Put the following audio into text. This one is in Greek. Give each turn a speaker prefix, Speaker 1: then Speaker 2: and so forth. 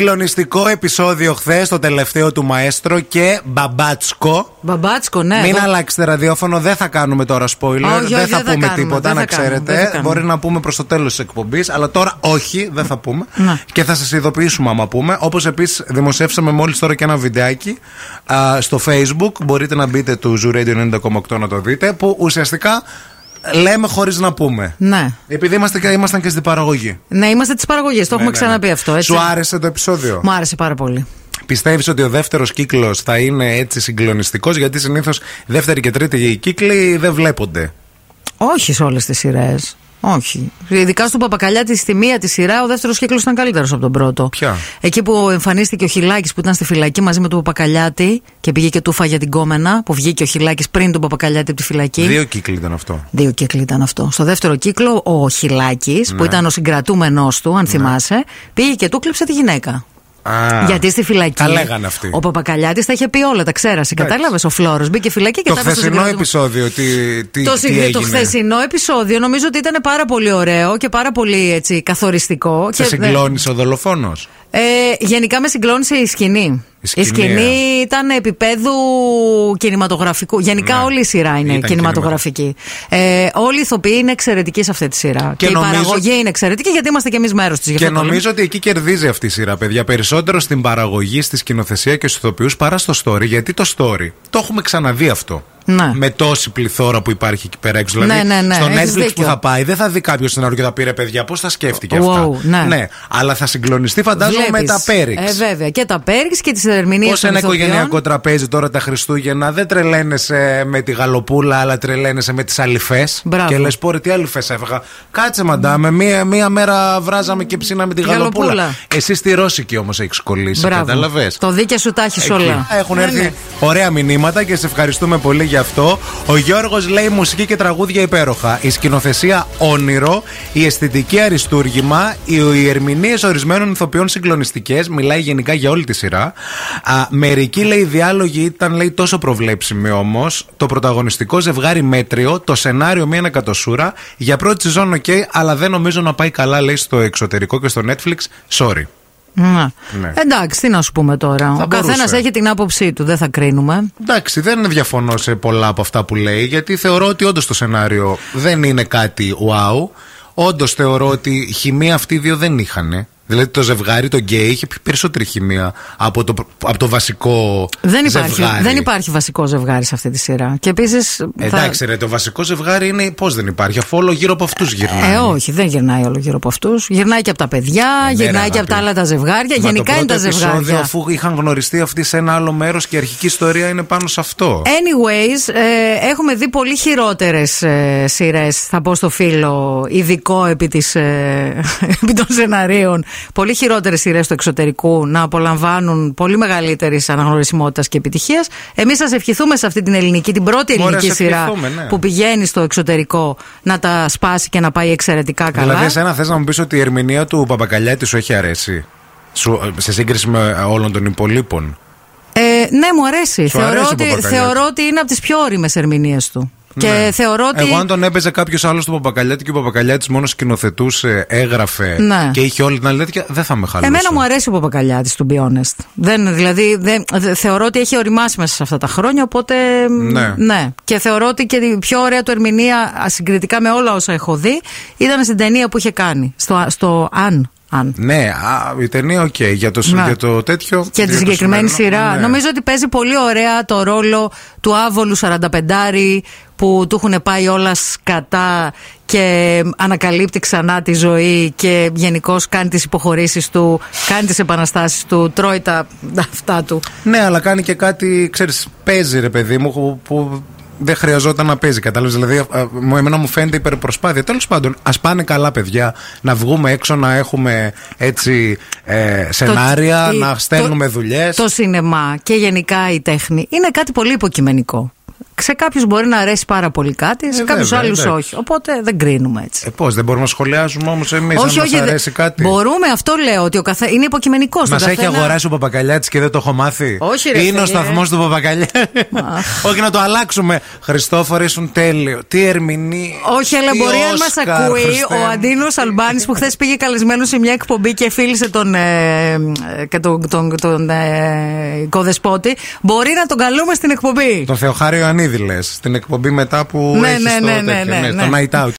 Speaker 1: Συγκλονιστικό επεισόδιο χθες, το τελευταίο του Μαέστρο και μπαμπάτσκο.
Speaker 2: Μπαμπάτσκο, ναι.
Speaker 1: Μην
Speaker 2: εγώ-
Speaker 1: αλλάξετε ραδιόφωνο, δεν θα κάνουμε τώρα spoiler.
Speaker 2: Όχι, όχι,
Speaker 1: δεν θα
Speaker 2: δεν θα
Speaker 1: πούμε
Speaker 2: κάνουμε,
Speaker 1: τίποτα,
Speaker 2: δεν
Speaker 1: να
Speaker 2: θα κάνουμε, δεν θα
Speaker 1: ξέρετε.
Speaker 2: κάνουμε.
Speaker 1: Μπορεί να πούμε προς το τέλος της εκπομπής, αλλά τώρα όχι, δεν θα πούμε.
Speaker 2: Ναι.
Speaker 1: Και θα σας ειδοποιήσουμε άμα πούμε. Όπως επίσης δημοσιεύσαμε μόλις τώρα και ένα βιντεάκι α, στο Facebook. Μπορείτε να μπείτε του Zoo Radio 90,8 να το δείτε. Που ουσιαστικά λέμε χωρίς να πούμε.
Speaker 2: Ναι.
Speaker 1: Επειδή είμαστε και, ήμασταν και στην παραγωγή.
Speaker 2: Ναι, είμαστε της παραγωγής. Το έχουμε
Speaker 1: Ναι, ναι, ναι.
Speaker 2: ξαναπεί αυτό, έτσι.
Speaker 1: Σου άρεσε το επεισόδιο.
Speaker 2: Μου άρεσε πάρα πολύ.
Speaker 1: Πιστεύεις ότι ο δεύτερος κύκλος θα είναι έτσι συγκλονιστικός, γιατί συνήθως δεύτερη και τρίτη κύκλοι δεν βλέπονται.
Speaker 2: Όχι σε όλες τις σειρές. Όχι. Ειδικά στον Παπακαλιά τη, στη μία τη σειρά, ο δεύτερος κύκλος ήταν καλύτερος από τον πρώτο.
Speaker 1: Ποια?
Speaker 2: Εκεί που εμφανίστηκε ο Χιλάκης που ήταν στη φυλακή μαζί με τον Παπακαλιάτη και πήγε και τούφα για την κόμενα, που βγήκε ο Χιλάκης πριν τον Παπακαλιάτη από τη φυλακή.
Speaker 1: Δύο κύκλοι ήταν αυτό.
Speaker 2: Δύο κύκλοι ήταν αυτό. Στο δεύτερο κύκλο, ο Χιλάκης,
Speaker 1: Ναι.
Speaker 2: που ήταν ο συγκρατούμενό του, αν θυμάσαι, πήγε και του κλέψε τη γυναίκα.
Speaker 1: Α,
Speaker 2: Γιατί στη φυλακή.
Speaker 1: Τα λέγανε αυτοί.
Speaker 2: Ο Παπακαλιάτης τα είχε πει όλα, τα ξέρασε.
Speaker 1: Εντάξει.
Speaker 2: Κατάλαβες ο Φλόρος. Μπήκε φυλακή και
Speaker 1: το
Speaker 2: τα έπεσε στο
Speaker 1: χθεσινό
Speaker 2: συγκράτημα.
Speaker 1: επεισόδιο, τι, τι,
Speaker 2: Το,
Speaker 1: τι
Speaker 2: συγγνώμη, το
Speaker 1: έγινε.
Speaker 2: χθεσινό επεισόδιο νομίζω ότι ήταν πάρα πολύ ωραίο και πάρα πολύ έτσι, καθοριστικό.
Speaker 1: Σε
Speaker 2: και δε-
Speaker 1: συγκλώνησε ο δολοφόνος.
Speaker 2: Ε, γενικά με συγκλώνησε η σκηνή.
Speaker 1: Η σκηνή, ε.
Speaker 2: ήταν επίπεδου κινηματογραφικού. Γενικά
Speaker 1: Ναι.
Speaker 2: όλη η σειρά είναι
Speaker 1: Ήταν
Speaker 2: κινηματογραφική. Ε, όλοι οι ηθοποιοί είναι εξαιρετικοί σε αυτή τη σειρά.
Speaker 1: Και
Speaker 2: Και,
Speaker 1: νομίζω-
Speaker 2: η παραγωγή είναι εξαιρετική γιατί είμαστε κι εμείς μέρος της.
Speaker 1: Και νομίζω ότι εκεί κερδίζει αυτή η σειρά, παιδιά. Περισσότερο στην παραγωγή, στη σκηνοθεσία και στους ηθοποιούς παρά στο story. Γιατί το story το έχουμε ξαναδεί αυτό.
Speaker 2: Ναι.
Speaker 1: Με τόση πληθώρα που υπάρχει εκεί πέρα έξω.
Speaker 2: Ναι,
Speaker 1: Δηλαδή,
Speaker 2: ναι, ναι,
Speaker 1: στο
Speaker 2: έχεις
Speaker 1: Netflix που
Speaker 2: δίκιο.
Speaker 1: θα πάει, δεν θα δει κάποιος σενάριο και θα πει ρε παιδιά, πώς θα σκέφτηκε
Speaker 2: Wow,
Speaker 1: αυτά.
Speaker 2: ναι.
Speaker 1: Αλλά θα συγκλονιστεί, φαντάζομαι, με τα
Speaker 2: Ε,
Speaker 1: πέριξ.
Speaker 2: βέβαια. Και τα πέριξ και τις ερμηνείες
Speaker 1: Πώς ένα οικογενειακό τραπέζι τώρα τα Χριστούγεννα δεν τρελαίνεσαι με τη γαλοπούλα, αλλά τρελαίνεσαι με τις αλυφές.
Speaker 2: Μπράβο.
Speaker 1: Και λες, πόρε, τι αλυφές έφαγα. Κάτσε, μαντάμε, μία, μία μέρα βράζαμε και ψήναμε τη γαλοπούλα.
Speaker 2: Γαλοπούλα.
Speaker 1: Εσύ στη Ρώσικη όμως έχεις κολλήσει, κατάλαβες.
Speaker 2: Το δίκαιο σου τα έχεις όλα.
Speaker 1: Έχουν
Speaker 2: Ναι,
Speaker 1: έρθει
Speaker 2: ναι.
Speaker 1: ωραία μηνύματα και σε ευχαριστούμε πολύ για αυτό. Ο Γιώργος λέει μουσική και τραγούδια υπέροχα. Η σκηνοθεσία όνειρο, η αισθητική αριστούργημα, οι, οι ερμηνείες ορισμένων ηθοποιών συγκλονιστικές. Μιλάει γενικά για όλη τη σειρά. Α, μερικοί λέει διάλογοι ήταν λέει τόσο προβλέψιμοι όμως. Το πρωταγωνιστικό ζευγάρι μέτριο, το σενάριο μία ανακατοσούρα. Για πρώτη σεζόν, οκ, αλλά δεν νομίζω να πάει καλά λέει στο εξωτερικό και στο Netflix. Sorry.
Speaker 2: Ναι.
Speaker 1: Ναι.
Speaker 2: Εντάξει, τι να σου πούμε τώρα.
Speaker 1: Θα
Speaker 2: Ο καθένα
Speaker 1: μπορούσε.
Speaker 2: έχει την άποψή του, δεν θα κρίνουμε.
Speaker 1: Εντάξει, δεν διαφωνώ σε πολλά από αυτά που λέει, γιατί θεωρώ ότι όντως το σενάριο δεν είναι κάτι wow. Όντως θεωρώ ότι χημεία αυτοί οι δύο δεν είχαν. Δηλαδή το ζευγάρι, το γκέι, είχε περισσότερη χημεία από το, προ- από το βασικό
Speaker 2: Δεν υπάρχει,
Speaker 1: ζευγάρι.
Speaker 2: δεν υπάρχει βασικό ζευγάρι σε αυτή τη σειρά. Και επίσης.
Speaker 1: Εντάξει, ρε, το βασικό ζευγάρι είναι πώς δεν υπάρχει, αφού όλο γύρω από αυτούς γυρνάει.
Speaker 2: Ε, όχι, δεν γυρνάει όλο γύρω από αυτούς. Γυρνάει και από τα παιδιά,
Speaker 1: ναι, ρε,
Speaker 2: γυρνάει και από
Speaker 1: αγάπη.
Speaker 2: τα άλλα τα ζευγάρια.
Speaker 1: Μα
Speaker 2: Γενικά
Speaker 1: το
Speaker 2: είναι
Speaker 1: πρώτο
Speaker 2: τα
Speaker 1: επεισόδιο,
Speaker 2: ζευγάρια.
Speaker 1: αφού είχαν γνωριστεί αυτοί σε ένα άλλο μέρος και η αρχική ιστορία είναι πάνω σε αυτό.
Speaker 2: Anyways, ε, έχουμε δει πολύ χειρότερες ε, σειρές, θα πω στο φίλο, ειδικό επί, της, ε, επί των σεναρίων. Πολύ χειρότερες σειρές του εξωτερικού να απολαμβάνουν πολύ μεγαλύτερης αναγνωρισιμότητας και επιτυχίας. Εμείς σας ευχηθούμε σε αυτή την ελληνική, την πρώτη
Speaker 1: Μωρέ,
Speaker 2: ελληνική
Speaker 1: σε
Speaker 2: σειρά
Speaker 1: ευχηθούμε, ναι.
Speaker 2: που πηγαίνει στο εξωτερικό να τα σπάσει και να πάει εξαιρετικά καλά.
Speaker 1: Δηλαδή, εσένα θες να μου πεις ότι η ερμηνεία του Παπακαλιάτη σου έχει αρέσει. Σου, ε, σε σύγκριση με ε, όλων των υπολείπων.
Speaker 2: Ε, ναι, μου αρέσει.
Speaker 1: Σου
Speaker 2: Θεωρώ,
Speaker 1: αρέσει ο
Speaker 2: ότι,
Speaker 1: Παπακαλιάτης.
Speaker 2: θεωρώ ότι είναι από τις πιο όριμε ερμηνείες του. Και
Speaker 1: Ναι.
Speaker 2: θεωρώ ότι.
Speaker 1: Εγώ, αν τον έπαιζε κάποιος άλλος του Παπακαλιάτη και ο Παπακαλιάτης μόνο σκηνοθετούσε, έγραφε
Speaker 2: Ναι.
Speaker 1: και είχε όλη την αλήθεια, δεν θα με χαλούσε.
Speaker 2: Εμένα μου αρέσει ο Παπακαλιάτης, to be honest. Δεν, δηλαδή, δεν, δε- θεωρώ ότι έχει οριμάσει μέσα σε αυτά τα χρόνια, οπότε. μ,
Speaker 1: Ναι.
Speaker 2: Και θεωρώ ότι και η πιο ωραία του ερμηνεία α, συγκριτικά με όλα όσα έχω δει ήταν στην ταινία που είχε κάνει. Στο, στο Αν. αν.
Speaker 1: Ναι, α, η ταινία, οκ. για, το, συ-
Speaker 2: Ναι.
Speaker 1: για το τέτοιο.
Speaker 2: Και
Speaker 1: για
Speaker 2: τη
Speaker 1: το
Speaker 2: συγκεκριμένη
Speaker 1: σημερινό,
Speaker 2: σειρά.
Speaker 1: ναι.
Speaker 2: Νομίζω ότι παίζει πολύ ωραία το ρόλο του άβολου 45 που του έχουν πάει όλα σκατά και ανακαλύπτει ξανά τη ζωή και γενικώς κάνει τις υποχωρήσεις του, κάνει τις επαναστάσεις του, τρώει τα αυτά του.
Speaker 1: Ναι, αλλά κάνει και κάτι, ξέρεις, παίζει ρε παιδί μου που, που δεν χρειαζόταν να παίζει. Κατάλαβες. Δηλαδή, α, α, μου- εμένα μου φαίνεται υπερπροσπάθεια. Τέλος πάντων, ας πάνε καλά, παιδιά, να βγούμε έξω, να έχουμε έτσι ε, σενάρια,
Speaker 2: Το-
Speaker 1: να
Speaker 2: το-
Speaker 1: στέλνουμε δουλειές.
Speaker 2: Το σινεμά και γενικά η τέχνη είναι κάτι πολύ υποκειμενικό. σε κάποιους μπορεί να αρέσει πάρα πολύ κάτι, σε
Speaker 1: Ε,
Speaker 2: κάποιους
Speaker 1: βέβαια,
Speaker 2: άλλους
Speaker 1: εντάξει.
Speaker 2: όχι. Οπότε δεν κρίνουμε έτσι.
Speaker 1: Ε, πώς, δεν μπορούμε να σχολιάζουμε όμως εμείς, αν μα
Speaker 2: δεν-
Speaker 1: αρέσει κάτι.
Speaker 2: Μπορούμε, αυτό λέω ότι ο καθένα. Είναι υποκειμενικό.
Speaker 1: Μας έχει αγοράσει ο Παπακαλιάτης και δεν το έχω μάθει.
Speaker 2: Όχι, ρε,
Speaker 1: Είναι ο
Speaker 2: φίλε.
Speaker 1: σταθμός του Παπακαλιά. Όχι, να το αλλάξουμε. Χριστόφορο, ήσουν τέλειο. Τι ερμηνεία.
Speaker 2: Όχι, αλλά
Speaker 1: τι
Speaker 2: μπορεί αν
Speaker 1: Όσκαρ,
Speaker 2: μα ακούει
Speaker 1: Χριστέ
Speaker 2: ο
Speaker 1: μου.
Speaker 2: Αντίνος Αλμπάνης που χθες πήγε καλεσμένος σε μια εκπομπή και φίλησε τον, ε, ε, και τον, τον, τον ε, οικοδεσπότη. Μπορεί να τον καλούμε στην εκπομπή.
Speaker 1: Το Θεοχάριο Ιωαννίδη λε. Στην εκπομπή μετά που.
Speaker 2: Ναι,
Speaker 1: έχεις
Speaker 2: ναι,
Speaker 1: το
Speaker 2: ναι,
Speaker 1: τέτοιο,
Speaker 2: ναι, ναι,
Speaker 1: Το
Speaker 2: ναι.
Speaker 1: Night Out.